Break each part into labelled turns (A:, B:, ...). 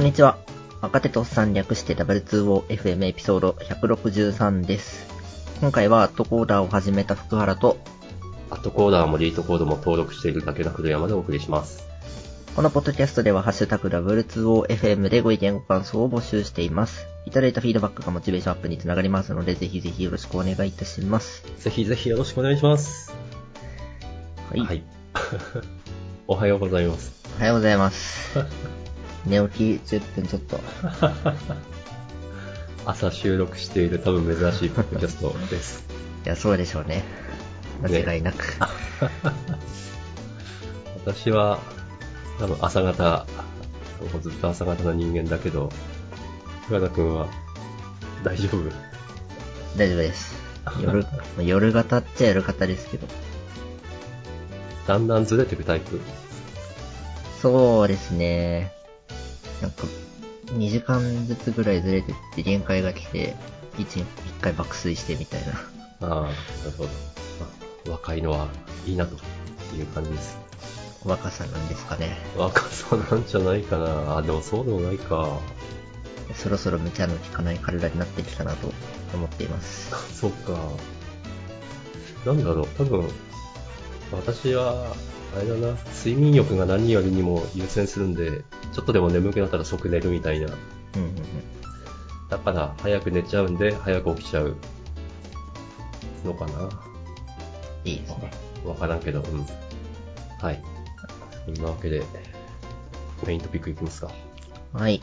A: んにちは。若手とおっさん略して W2OFM エピソード163です。今回はアットコーダーを始めた福原と、
B: アットコーダーもリートコードも登録しているだけな古山でお送りします。
A: このポッドキャストではハッシュタグ W2OFM でご意見ご感想を募集しています。いただいたフィードバックがモチベーションアップにつながりますので、ぜひぜひよろしくお願いいたします。
B: ぜひぜひよろしくお願いします。
A: はい。
B: はい。 おはようございます。
A: おはようござい ます。寝起き10分ちょっと。
B: 朝収録している多分珍しいポッドキャストです。
A: いや、そうでしょうね。間違いなく。
B: 私は多分朝方、ずっと朝方の人間だけど、福田君は大丈夫
A: 大丈夫です。夜、夜型っちゃ夜型ですけど。
B: だんだんずれてくタイプ。
A: そうですね。なんか、2時間ずつぐらいずれてって限界が来て、1、1回爆睡してみたいな。
B: ああ、なるほど。あ若いのはいいなという感じです。
A: 若さなんですかね。
B: 若さなんじゃないかな。あ、でもそうでもないか。
A: そろそろ無茶の効かない体になってきたなと思っています。
B: そっか。なんだろう、多分、私は、あれだな、睡眠欲が何よりにも優先するんで、ちょっとでも眠くなったら即寝るみたいな。
A: うんうんうん。
B: だから、早く寝ちゃうんで、早く起きちゃうのかな。
A: いいですね。
B: わからんけど、うん。はい。そんなわけで、メイントピックいきますか。
A: はい。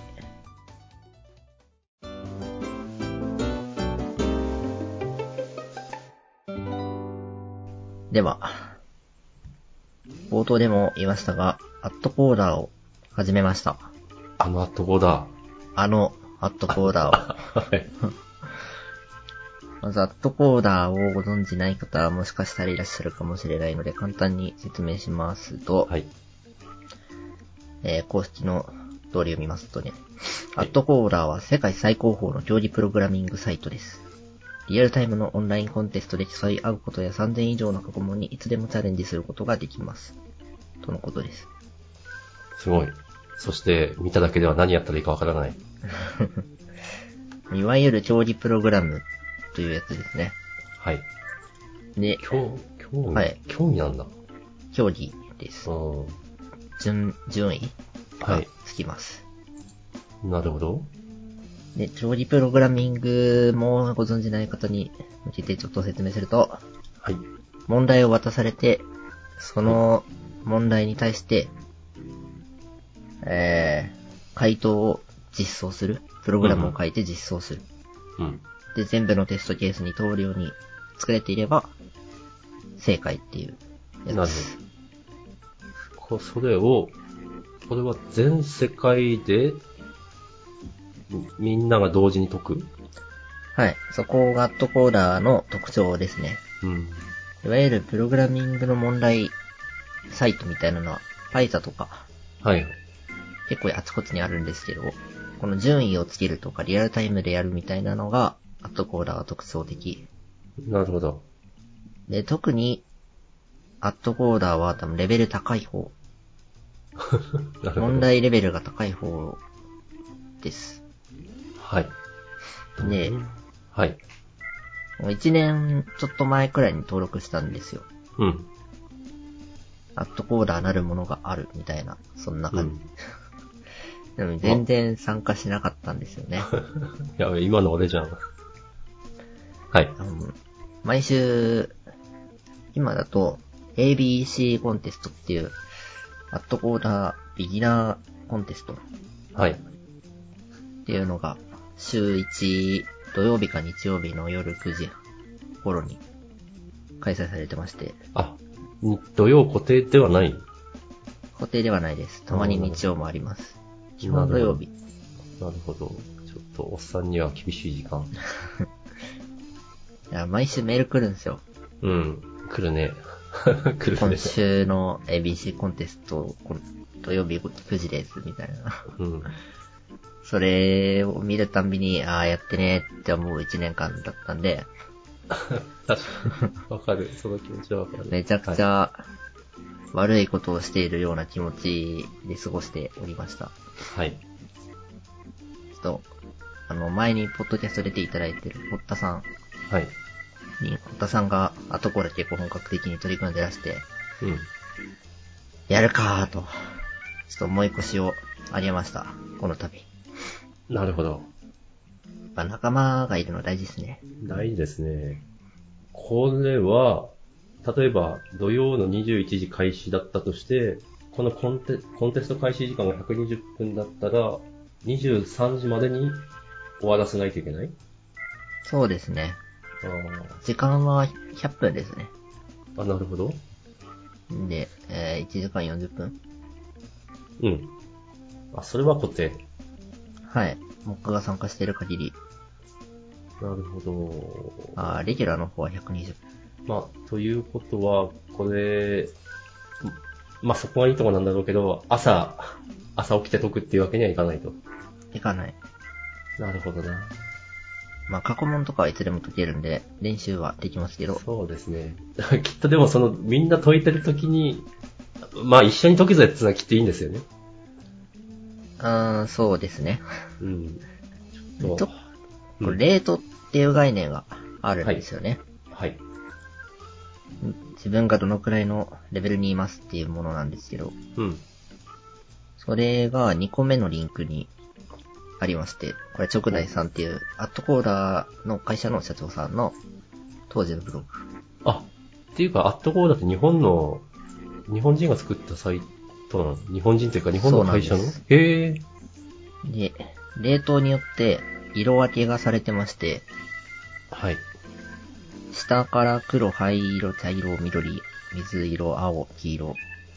A: では、冒頭でも言いましたが、アットコーダーを始めました。
B: あのアットボーダ
A: あの、アットコーダーを。
B: ー。 はい。
A: まず、アットコーダーをご存知ない方はもしかしたらいらっしゃるかもしれないので、簡単に説明しますと、
B: はい。
A: えー公式の通りを見ますとね、アットコーダーは世界最高峰の競技プログラミングサイトです。リアルタイムのオンラインコンテストで競い合うことや3000以上の過去問にいつでもチャレンジすることができます。とのことです。
B: すごい。そして、見ただけでは何やったらいいかわからない。
A: いわゆる競技プログラムというやつですね。
B: はい。
A: で、
B: 興、興味、
A: はい
B: 興味なんだ。
A: 競技です
B: う。ん。
A: 順、順位
B: は
A: が
B: い。
A: つきます。
B: なるほど。
A: で、調理プログラミングもご存じない方に向けてちょっと説明すると、
B: はい。
A: 問題を渡されて、その問題に対して、えー、回答を実装する。プログラムを書いて実装する。
B: うん。
A: で、全部のテストケースに通るように作れていれば、正解っていうやつです。
B: こそれを、これは全世界で、みみんなが同時に解く。
A: はい。そこがアットコーダーの特徴ですね。
B: うん。
A: いわゆるプログラミングの問題サイトみたいなのは、パイザとか、
B: はい。
A: 結構あちこちにあるんですけど、この順位をつけるとかリアルタイムでやるみたいなのが、アットコーダーが特徴的。
B: なるほど。
A: で、特に、アットコーダーは多分レベル高い方、
B: なるほど。
A: 問題レベルが高い方です。
B: はい。
A: で、
B: はい。
A: 1年ちょっと前くらいに登録したんですよ。
B: うん。
A: アットコーダーなるものがあるみたいな、そんな
B: う
A: 感
B: ん
A: じ。。でも全然参加しなかったんですよね。
B: やべ、今の俺じゃん。はい。
A: あの毎週、今だと ABC コンテストっていう、アットコーダービギナーコンテストっ
B: はい。
A: ていうのが、週1土曜日か日曜日の夜9時頃に開催されてまして、
B: あ、に土曜固定ではない
A: 固定ではないです。たまに日曜もあります。基
B: なるほ
A: 本
B: ど
A: 土曜日。
B: なるほど。ちょっと、おっさんには厳しい時間。
A: いや毎週メール来るんですよ。
B: うん。来るね。 来るね
A: 今。週の ABC コンテスト、こん土曜日9時です、みたいな。
B: うん。
A: それを見るたんびに、ああ、やってねーって思う一年間だったんで、
B: 確かに。わかる。その気持ちはわかる。
A: めちゃくち
B: は
A: ゃ悪いことをしているような気持ちで過ごしておりました。
B: い。はい。
A: と、あの、前にポッドキャスト出ていただいてる堀田さん
B: はい。
A: に、堀田さんが後から結構本格的に取り組んでらして、
B: うん。
A: やるかーと、ちょっと思い越しを上げました。この度。や
B: なるほど。
A: っぱ仲間がいるの大事ですね。
B: ないですね。これは、例えば土曜の21時開始だったとして、このコンテコンテスト開始時間が120分だったら、23時までに終わらせないといけない
A: そうですね。
B: あー
A: 時間は100分ですね。
B: あ、なるほど。
A: んで、えー、1時間40分
B: うん。あ、それは固定。
A: はい。僕が参加している限り、
B: なるほど。
A: あーレギュラーの方は120
B: まあ、ということは、これ、まあそこがいいとこなんだろうけど、朝、朝起きて解くっていうわけにはいかないと。
A: いかない。
B: なるほどな。
A: まあ、過去問とかはいつでも解けるんで、練習はできますけど、
B: そうですね。 きっとでもその、みんな解いてる時に、まあ一緒に解くぜってのはきっといいんですよね。
A: うーん、そうですね。
B: うん。ちょ
A: と
B: っと、
A: こ
B: うん
A: れ、レートっていう概念があるんですよね。
B: はい。
A: 自分がどのくらいのレベルにいますっていうものなんですけど、
B: うん。
A: それが2個目のリンクにありまして、これ直大さんっていう、アットコーラーの会社の社長さんの当時のブログ。
B: あ、っていうか、アットコーだって日本の、日本人が作ったサイトなの日本人というか日本の会社の
A: そうなん
B: へえ。
A: で、冷凍によって色分けがされてまして、
B: はい。
A: 下から黒、灰色、茶色、緑、水色、青、黄色、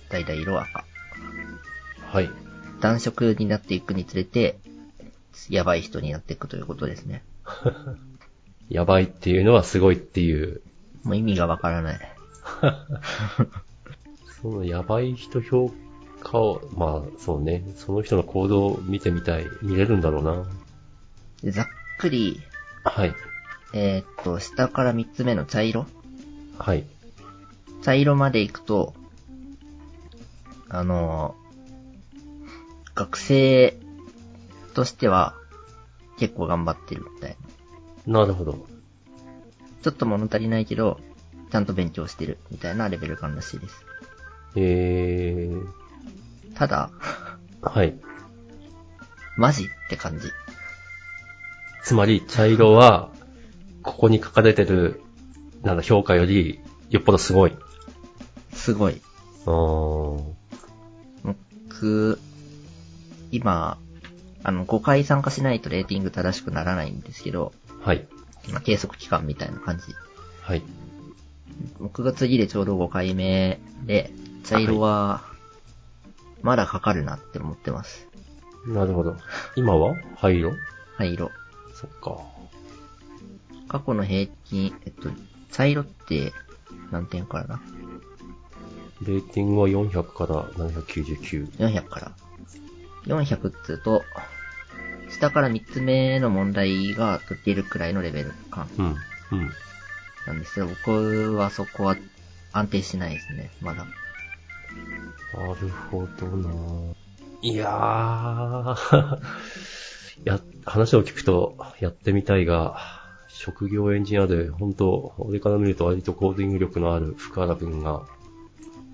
A: 橙色、赤。
B: はい。
A: 暖色になっていくにつれて、やばい人になっていくということですね。
B: やばいっていうのはすごいっていう。
A: もう意味がわからない。
B: そのやばい人評価を、まあそうね、その人の行動を見てみたい、見れるんだろうな。
A: でざっくり、
B: はい。
A: えーっと、下から3つ目の茶色
B: はい。
A: 茶色まで行くと、あのー、学生としては結構頑張ってるみたいな。
B: なるほど。
A: ちょっと物足りないけど、ちゃんと勉強してるみたいなレベル感らしいです。
B: えー、
A: ただ、
B: はい。
A: マジって感じ。
B: つまり、茶色は、ここに書かれてる、なんだ、評価より、よっぽどすごい。
A: すごい。
B: あー
A: 僕、今、あの、5回参加しないとレーティング正しくならないんですけど、
B: はい。
A: まあ、計測期間みたいな感じ。
B: はい。
A: 僕が次でちょうど5回目で、茶色は、まだかかるなって思ってます。
B: なるほど。今は灰色
A: 灰色。
B: そっか。
A: 過去の平均、えっと、茶色って何点からだ
B: レーティングは400から799。
A: 400から。400っつうと、下から3つ目の問題が解けるくらいのレベル感
B: うん。うん。
A: なんですけど、僕はそこは安定しないですね、まだ。
B: なるほどないやー。 や、話を聞くと、やってみたいが、職業エンジニアで、本当俺から見ると割とコーディング力のある福原くんが、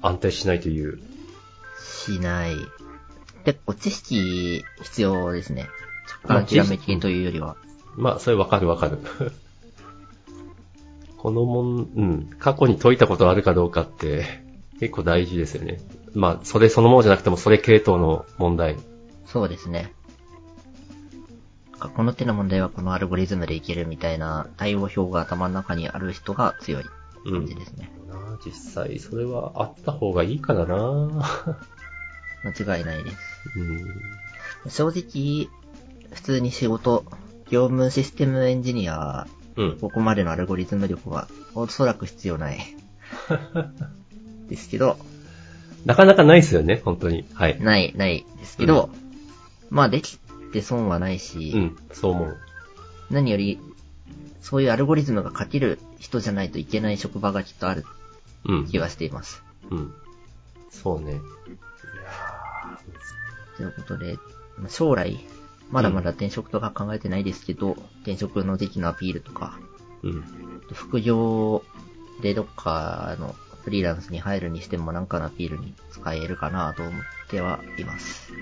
B: 安定しないという。
A: しない。結構知識必要ですね。直感ひらめきというよりは。
B: まあ、それわかるわかる。 このもん、うん、過去に解いたことあるかどうかって、結構大事ですよね。まあ、それそのものじゃなくても、それ系統の問題。
A: そうですね。なんかこの手の問題はこのアルゴリズムでいけるみたいな対応表が頭の中にある人が強い感じですね。
B: なあ実際、それはあった方がいいからな
A: 間違いないです。
B: うん。
A: 正直、普通に仕事、業務システムエンジニアは、
B: うん。
A: ここまでのアルゴリズム力は、おそらく必要 ない。ですけど、
B: なかなかないですよね、本当に。はい。
A: ない、ないですけど、まあできて損はないし、
B: うん、そう思う。
A: 何より、そういうアルゴリズムが書ける人じゃないといけない職場がきっとある
B: うん。
A: 気がしています。
B: うん。そうね。
A: ということで、まあ将来、まだまだ転職とか考えてないですけど、転職の時期のアピールとか、
B: うん。
A: 副業でどっかのフリーランスに入るにしてもなんかのアピールに使えるかなと思ってはいます。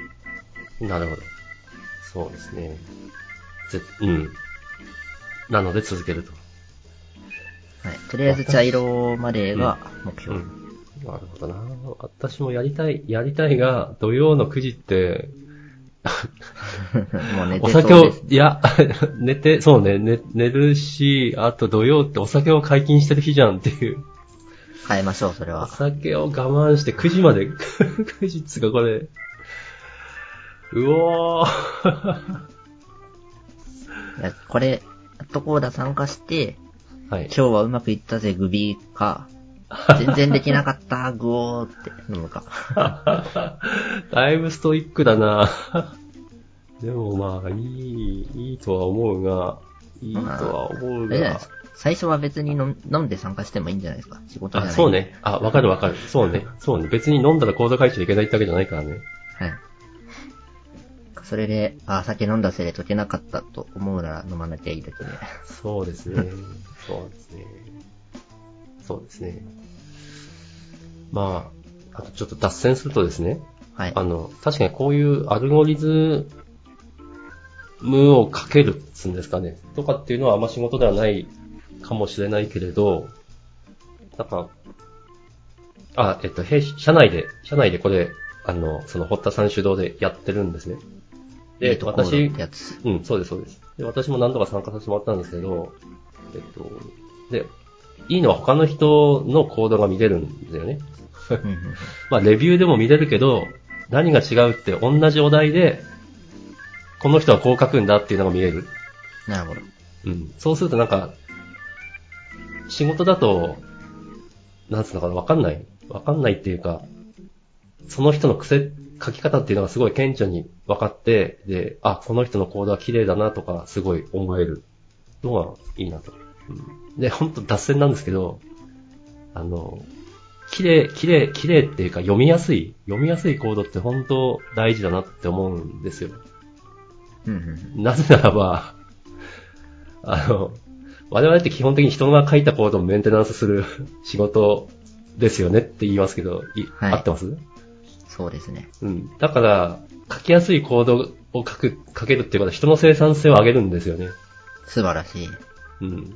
B: なるほど。そうですね。ぜ、うん。なので続けると。
A: はい。とりあえず茶色までが目
B: う
A: 標。
B: ん。なるほどな。私もやりたい、やりたいが、土曜の9時って、
A: もう寝
B: お
A: てそう
B: 酒を
A: で、す。
B: いや、 寝て、そうね、寝、寝るし、あと土曜ってお酒を解禁してる日じゃんっていう。
A: 変えましょう、それ
B: お
A: は。
B: 酒を我慢して9時まで、9時っつうかこれ。うおー
A: いや、これ、とこーだ参加して、
B: はい。
A: 今日はうまくいったぜ、グビーか、全然できなかった、グオーって飲むか。
B: だいぶストイックだなでもまあ、いい、いいとは思うが、いいとは思う
A: あれじゃない
B: が
A: です。か。最初は別に飲ん飲んで参加してもいいんじゃないですか。仕事じゃ
B: あ、
A: ない。
B: そう。ね。あ、わかるわかる。そうね。そうね。別に飲んだら行動会社いけないってわけじゃないからね。
A: はい。それで、あ、酒飲んだせいで溶けなかったと思うなら飲まなきゃいいだ けで。
B: そうで すね。そうですね。そうですね。まあ、あとちょっと脱線するとですね。
A: はい
B: あ。の、確かにこういうアルゴリズムをかけるっつうんですかね。とかっていうのはあんま仕事ではないかもしれないけれど、なんか、あ、えっと、弊社社内で、社内でこれ、あの、その、堀田さん主導でやってるんですね。
A: い
B: で、
A: いところ
B: 私
A: って、やつ。
B: うん、そうです、そうです。で、私も何度か参加させてもらったんですけど、えっと、で、いいのは他の人の行動が見れるんだよね。
A: うん うんうん
B: まあ、レビューでも見れるけど、何が違うって同じお題で、この人はこう書くんだっていうのが見える。
A: なるほど。
B: うん。そうするとなんか、仕事だと、なんつうのかな、わかんない。わかんないっていうか、その人の癖、書き方っていうのがすごい顕著に分かって、で、あ、この人のコードは綺麗だなとか、すごい思えるのがいいなと。うん、で、ほんと脱線なんですけど、あの、綺麗、綺麗、綺麗っていうか読みやすい、読みやすいコードって本当大事だなって思うんですよ。
A: うんうんうん。
B: なぜならば、あの、我々って基本的に人が書いたコードをメンテナンスする仕事ですよねって言いますけど、い
A: はい
B: 合ってます
A: そうですね。
B: うん。だから、書きやすいコードを書く、書けるっていうことは人の生産性を上げるんですよね。
A: 素晴らしい。
B: うん。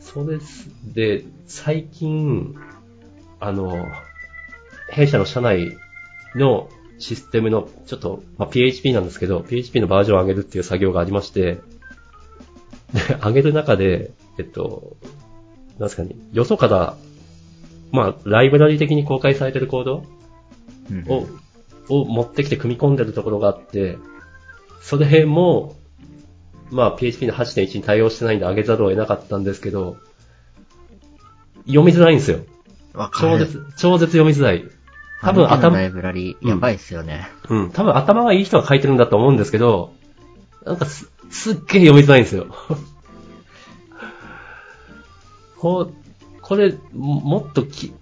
B: そうです。で、最近、あの、弊社の社内のシステムの、ちょっと、まあ、PHP なんですけど、PHP のバージョンを上げるっていう作業がありまして、で、上げる中で、えっと、なんですかね、よそから、まあ、ライブラリ的に公開されてるコード
A: うんうん。
B: を、を持ってきて組み込んでるところがあって、それも、まあ PHP の8.1に対応してないんで上げざるを得なかったんですけど、読みづらいんですよ。
A: わか
B: 超
A: る。
B: 絶、超絶読みづらい。多分
A: あの手のラ
B: 頭、
A: イブラリ、やばいっすよね。
B: うん、多分頭がいい人が書いてるんだと思うんですけど、なんかす、すっげえ読みづらいんですよ。 こう、これ、ももっとき、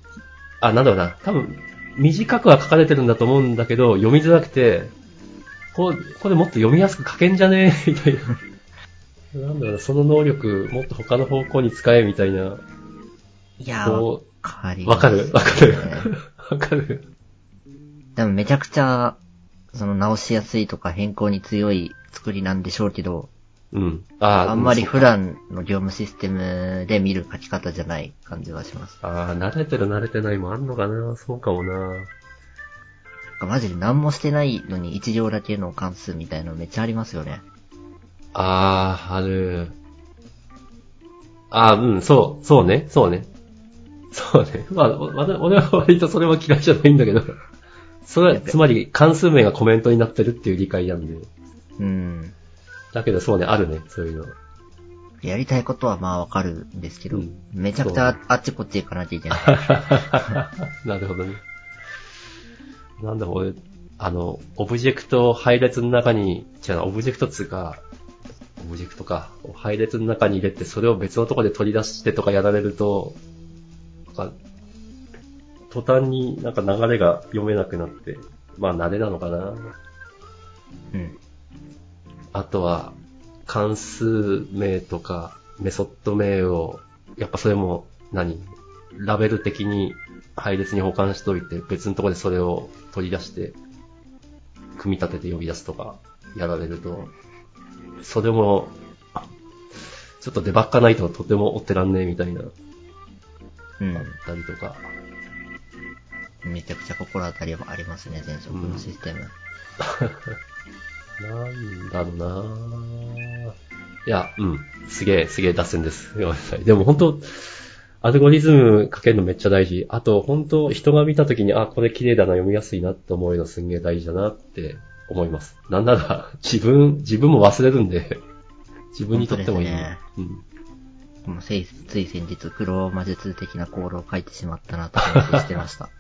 B: あ、なんだろうな、多分、短くは書かれてるんだと思うんだけど、読みづらくて、こう、これもっと読みやすく書けんじゃね えみたいな。なんだろうな、その能力、もっと他の方向に使え、みたいな。
A: いやー、わ
B: こ
A: かり
B: う、
A: ま
B: わ
A: す
B: かるわかる
A: ね
B: わかる
A: 多分めちゃくちゃ、その直しやすいとか変更に強い作りなんでしょうけど、
B: うん。あー
A: あんまり
B: そう
A: 普段の業務システムで見る書き方じゃない感じはします。
B: ああ、慣れてる慣れてないもあんのかなそうかもな。
A: マジで何もしてないのに一行だけの関数みたいのめっちゃありますよね。
B: ああ、ある。ああ、うん、そう、そうね、そうね。そうね。まあ、おわた俺は割とそれは嫌いじゃないんだけど。それは、つまり関数名がコメントになってるっていう理解なんで。
A: うん。
B: だけどそうね、あるね、そういうの。
A: やりたいことはまあわかるんですけど、
B: うん
A: めちゃくちゃあっちこっち行かなきゃいけない。
B: なるほどね。なんだ、俺、あの、オブジェクト配列の中に、違うな、オブジェクトっつうか、オブジェクトか、配列の中に入れて、それを別のところで取り出してとかやられると、なんか、途端になんか流れが読めなくなって、まあ慣れなのかな。
A: うん。
B: あとは、関数名とか、メソッド名を、やっぱそれも何、ラベル的に配列に保管しといて、別のところでそれを取り出して、組み立てて呼び出すとか、やられると、それも、ちょっとデバッカないととても追ってらんねえみたいな、
A: う
B: あったりとか、
A: ん。めちゃくちゃ心当たりはありますね、前職のシステム。
B: なんだろうないや、うん。すげえ、すげえ脱線です。 ごめんなさい。でも本当アルゴリズムかけるのめっちゃ大事。あと、本当人が見たときに、あ、これ綺麗だな、読みやすいなって思うのすんげえ大事だなって思います。なんなら、 自分、自分も忘れるんで、 自分にとってもいい。
A: 本当ですね
B: うん。
A: もうせいつい先日、黒魔術的なコールを書いてしまったなと反省してま した。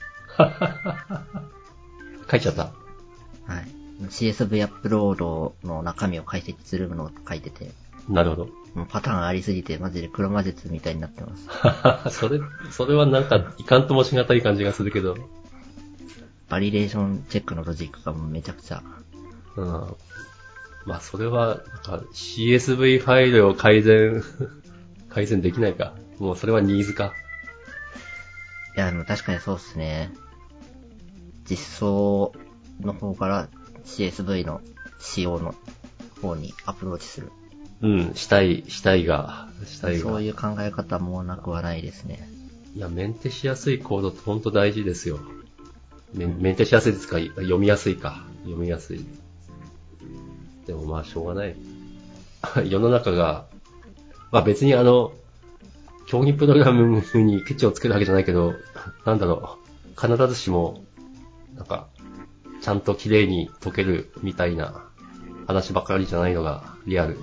B: 書いちゃった。
A: はい。CSV アップロードの中身を解析するのを書いてて、
B: なるほど。
A: もうパターンありすぎて、マジで黒魔術みたいになってます。
B: それ、それはなんか、いかんともしがたい感じがするけど、
A: バリデーションチェックのロジックがもうめちゃくちゃ、
B: うん。まあ、それは、なんか CSV ファイルを改善、 改善できないか。もうそれはニーズか。
A: いや、でも確かにそうっすね。実装の方から CSV の仕様の方にアプローチする。
B: うん、したい、したいが、したいが。
A: そう
B: い
A: いう考え方もなくはないですね。
B: や、メンテしやすいコードって本当大事ですよ。メンメンテしやすいですか読みやすいか。読みやすい。でもまあ、しょうがない。 世の中が、まあ別にあの、競技プログラムにケチをつけるわけじゃないけど、なんだろう、必ずしも、なんか、ちゃんと綺麗に解けるみたいな話ばかりじゃないのがリアル。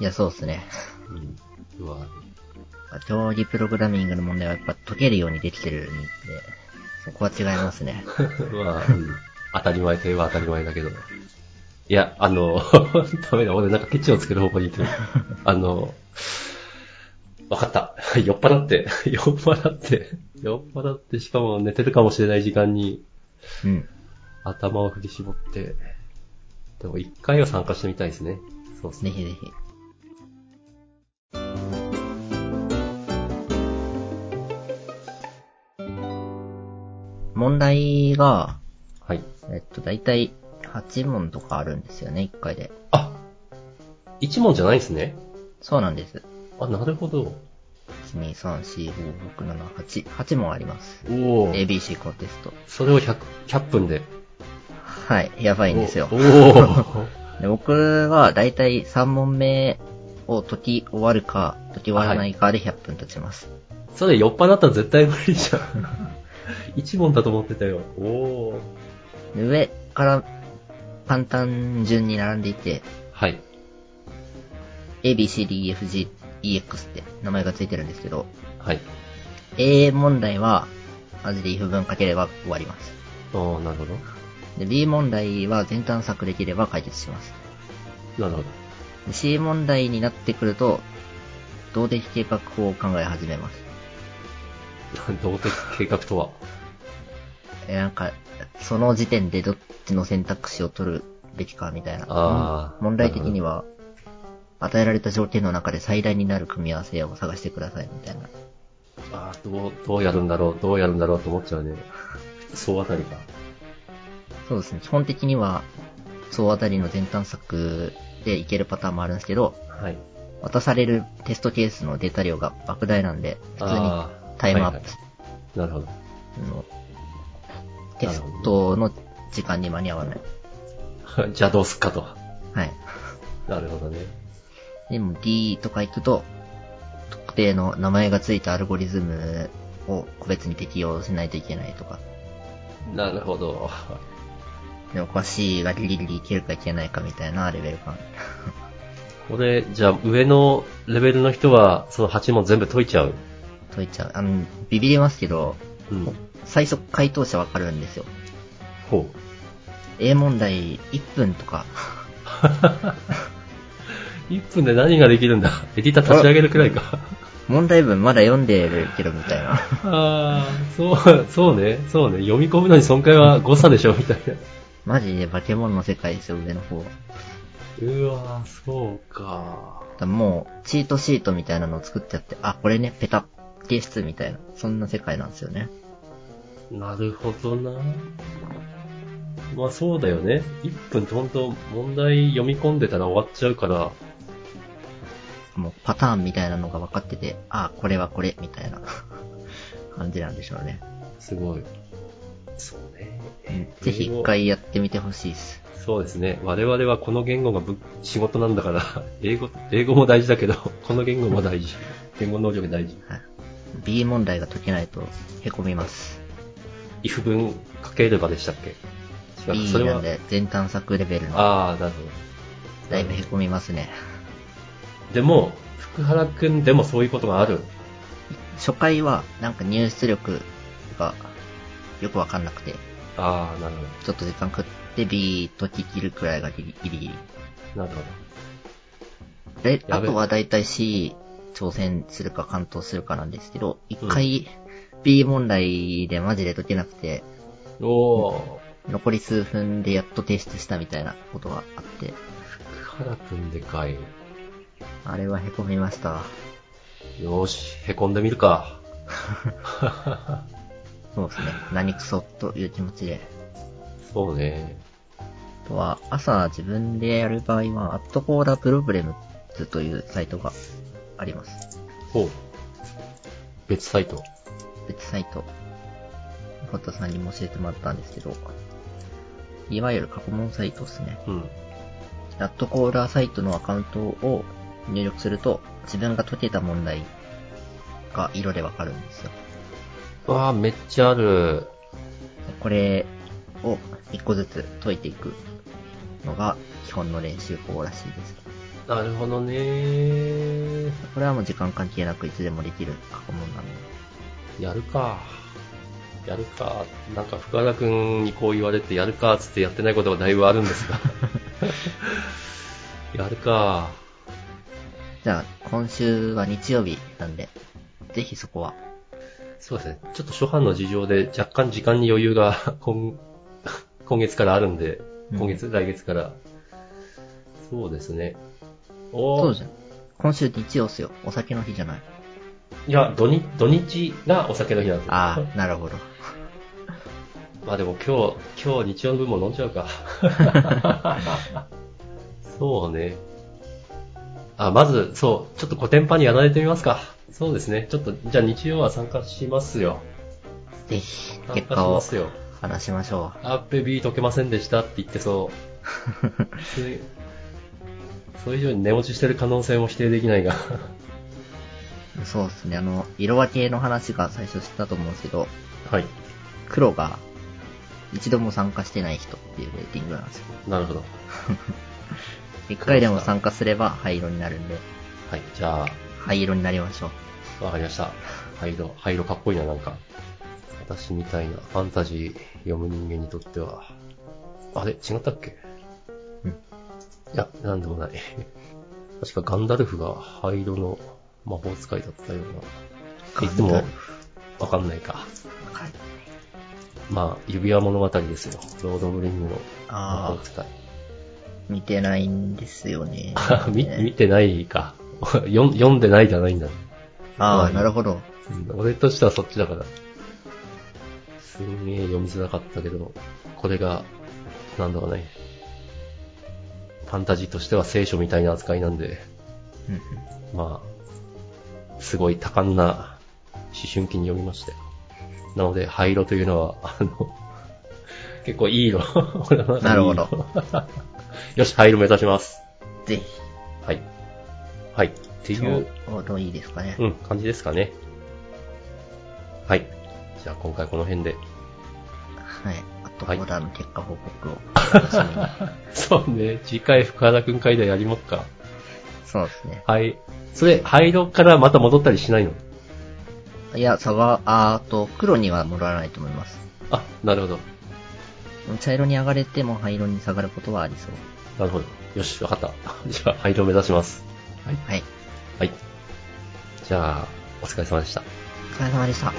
A: いや、そうっすね。
B: うん。うわ、
A: 競技プログラミングの問題はやっぱ解けるようにできてるんで、そこは違います ね。
B: まあ、うん当たり前といえば当たり前だけど。いや、あの、 ダメだ、俺なんかケチをつける方向に行ってる。あの、わかった。 酔っ払って、酔っ払って、酔っ払って、しかも寝てるかもしれない時間に
A: うん。
B: 頭を振り絞って、でも一回は参加してみたいですね。そうです
A: ぜ
B: ね。
A: ひぜひ。問題が、
B: はい。
A: えっと、だいたい8問とかあるんですよね、1回で。
B: あ一問じゃないんですね。
A: そうなんです。
B: あ、なるほど。
A: 1、2、3、4、5、6、7、8。8問あります。
B: おお。
A: ABC コンテスト。
B: それを100、100分で。
A: はい、やばいんですよ
B: お。お。
A: で僕はだいたい3問目を解き終わるか、解き終わらないかで100分経ちます。
B: それ酔っ払ったら絶対無理 じゃん。一問だと思ってたよ。おお。
A: で上から簡単順に並んでいて、
B: はい。
A: ABCDEFGEX って名前がついてるんですけど、
B: はい。
A: A 問題は、マジで if 文書ければ終わります。
B: ああ、なるほど。
A: で、B 問題は全探索できれば解決します。
B: なるほど。
A: で C 問題になってくると、動的計画法を考え始めます。
B: 動的計画とは。
A: え、なんか、その時点でどっちの選択肢を取るべきかみたいな。
B: あー
A: 問題的には、与えられた条件の中で最大になる組み合わせを探してくださいみたいな。
B: ああ、どう、どうやるんだろう、どうやるんだろうと思っちゃうね。 そうあたりか。
A: そうですね。基本的には、総あたりの全探索でいけるパターンもあるんですけど、
B: はい。
A: 渡されるテストケースのデータ量が莫大なんで、普通に
B: あー
A: タイムアッ
B: はい
A: プ、
B: なるほど。
A: あのテストの時間に間に合わない。
B: じゃあどう すっかと。
A: はい。
B: なるほどね。
A: でも D とか行くと、特定の名前がついたアルゴリズムを個別に適用しないといけないとか、
B: なるほど。
A: でもここは C がギリギリいけるかいけないかみたいなレベル感。
B: これ、じゃあ上のレベルの人は、その8問全部解いちゃう。
A: 解いちゃう。あの、ビビりますけど、
B: うん。
A: 最速回答者わかるんですよ。
B: ほ
A: A 問題1分とか、
B: う。1分 で何ができるんだエディター立ち上げるくらいか。
A: 問題文まだ読んでるけどみたいな。
B: ああ、そう、そうね、そうね。読み込むのに損壊は誤差でしょ、みたいな。
A: マジで化け物の世界ですよ、上の方は。
B: うわぁ、そうか。
A: だからもう、チートシートみたいなのを作ってやって、あ、これね、ペタ提出みたいな、そんな世界なんですよね。
B: なるほどな。まあそうだよね。1分って本当問題読み込んでたら終わっちゃうから、
A: もうパターンみたいなのが分かってて、あ、これはこれ、みたいな 感じなんでしょうね。
B: すごい。そうね。
A: ぜひ一回やってみてほしいです。
B: そうですね。我々はこの言語がぶ仕事なんだから、 英語、英語も大事だけど、 この言語も大事。言語能力大事。
A: はい。B 問題が解けないと、凹みます。
B: if 文書ければでしたっけ違うか
A: B
B: それ
A: な
B: は
A: ん、で、全探索レベルの、
B: ああ、なるほ
A: だいぶ凹みますね。
B: ど。でも、福原くんでもそういうことがある。
A: 初回は、なんか入出力が、よくわかんなくて、
B: ああ、なるほ
A: ちょっと時間食って B 解き切るくらいがギリギリギリ。
B: ど。なるほど。
A: で、
B: や
A: あ
B: べ
A: とはだいたい C 挑戦するか完登するかなんですけど、一回 B 問題でマジで解けなくて、
B: おお、
A: 残り数分でやっと提出したみたいなことがあって、
B: 福原くんでかい。
A: あれは凹みました。
B: よーし、へこんでみるか。
A: そうですね。何クソという気持ちで。
B: そうね。
A: あとは、朝自分でやる場合は、アットコーダプロブレムズというサイトがあります。
B: ほう。別サイト。
A: 別サイト。ホットさんにも教えてもらったんですけど、いわゆる過去問サイトですね。
B: うん。
A: ラットコーラーサイトのアカウントを入力すると、自分が解けた問題が色でわかるんですよ。
B: わあ、めっちゃある。
A: これを一個ずつ解いていくのが基本の練習法らしいです。
B: なるほどね。
A: これはもう時間関係なくいつでもできる過去問なので。
B: やるか。やるか。なんか深田くんにこう言われてやるかっつってやってないことがだいぶあるんです が。やるか。
A: じゃあ、今週は日曜日なんで、ぜひそこは。
B: そうですね。ちょっと初版の事情で若干時間に余裕が今今月からあるんで、
A: うん
B: 今月、来月から。そうですね。
A: そ
B: お
A: う
B: ー
A: じゃん。今週日曜っすよ。お酒の日じゃない。
B: いや土日、土日がお酒の日なんですよ
A: ああ、なるほど。
B: まあでも今日、今日日曜の分も飲んじゃ うか。そうね。あ、まず、そう、ちょっと古典版にやられてみますか。そうですね。ちょっと、じゃあ日曜は参加しますよ。
A: ぜひ、
B: 参
A: 結
B: 加
A: 果
B: しま
A: を
B: すよ。
A: 話しましょ
B: あっべ B 解けませんでしたって言ってそう。 それそれ以上に寝落ちしてる可能性も否定できないが。
A: う。そうですね。あの、色分けの話が最初したと思うんですけど、
B: はい。
A: 黒が一度も参加してない人っていうレーティングなんですよ。
B: なるほど。
A: 一回でも参加すれば灰色になるんで、
B: はい。じゃあ、
A: 灰色になりましょう。
B: わかりました。灰色、灰色かっこいいな、なんか。私みたいなファンタジー読む人間にとっては。あれ違ったっけ
A: うん
B: いや、なんでもない。確かガンダルフが灰色の魔法使いだったような。いつ
A: ガ
B: も
A: ンダル、
B: わかんないか。
A: はい。
B: まあ、指輪物語ですよ。ロード・オブ・リングの魔法使い。。
A: 見てないんですよ ね
B: 見見てないか。 読ん読んでないじゃないんだ、
A: ああ、なるほど。
B: うん俺としてはそっちだから。すんげえ読みづらかったけど、これが、なんだかね、ファンタジーとしては聖書みたいな扱いなんで、
A: うんうん
B: まあ、すごい多感な思春期に読みまして。なので、灰色というのは、あの、結構いい色。俺の中でいい色
A: なるほど。
B: よし、灰色目指します。
A: ぜひ、
B: はい。はい。ってい
A: ち
B: う、
A: ょうどいいですかね。
B: うん、感じですかね。はい。じゃあ今回この辺で。
A: はい。あと、
B: は
A: コ
B: い
A: ーダーの結果報告を。
B: そうね。次回福原くん会でやりますか。
A: そうですね。
B: はい。それ、灰色からまた戻ったりしないの
A: いや、差は、あーと、黒には戻らないと思います。
B: あ、なるほど。
A: 茶色に上がれても灰色に下がることはありそう。
B: なるほど。よし、わかった。 じゃあ、灰色目指します。はい。
A: はい。
B: はい。じゃあ、お疲れ様でした。
A: お疲れ様でした。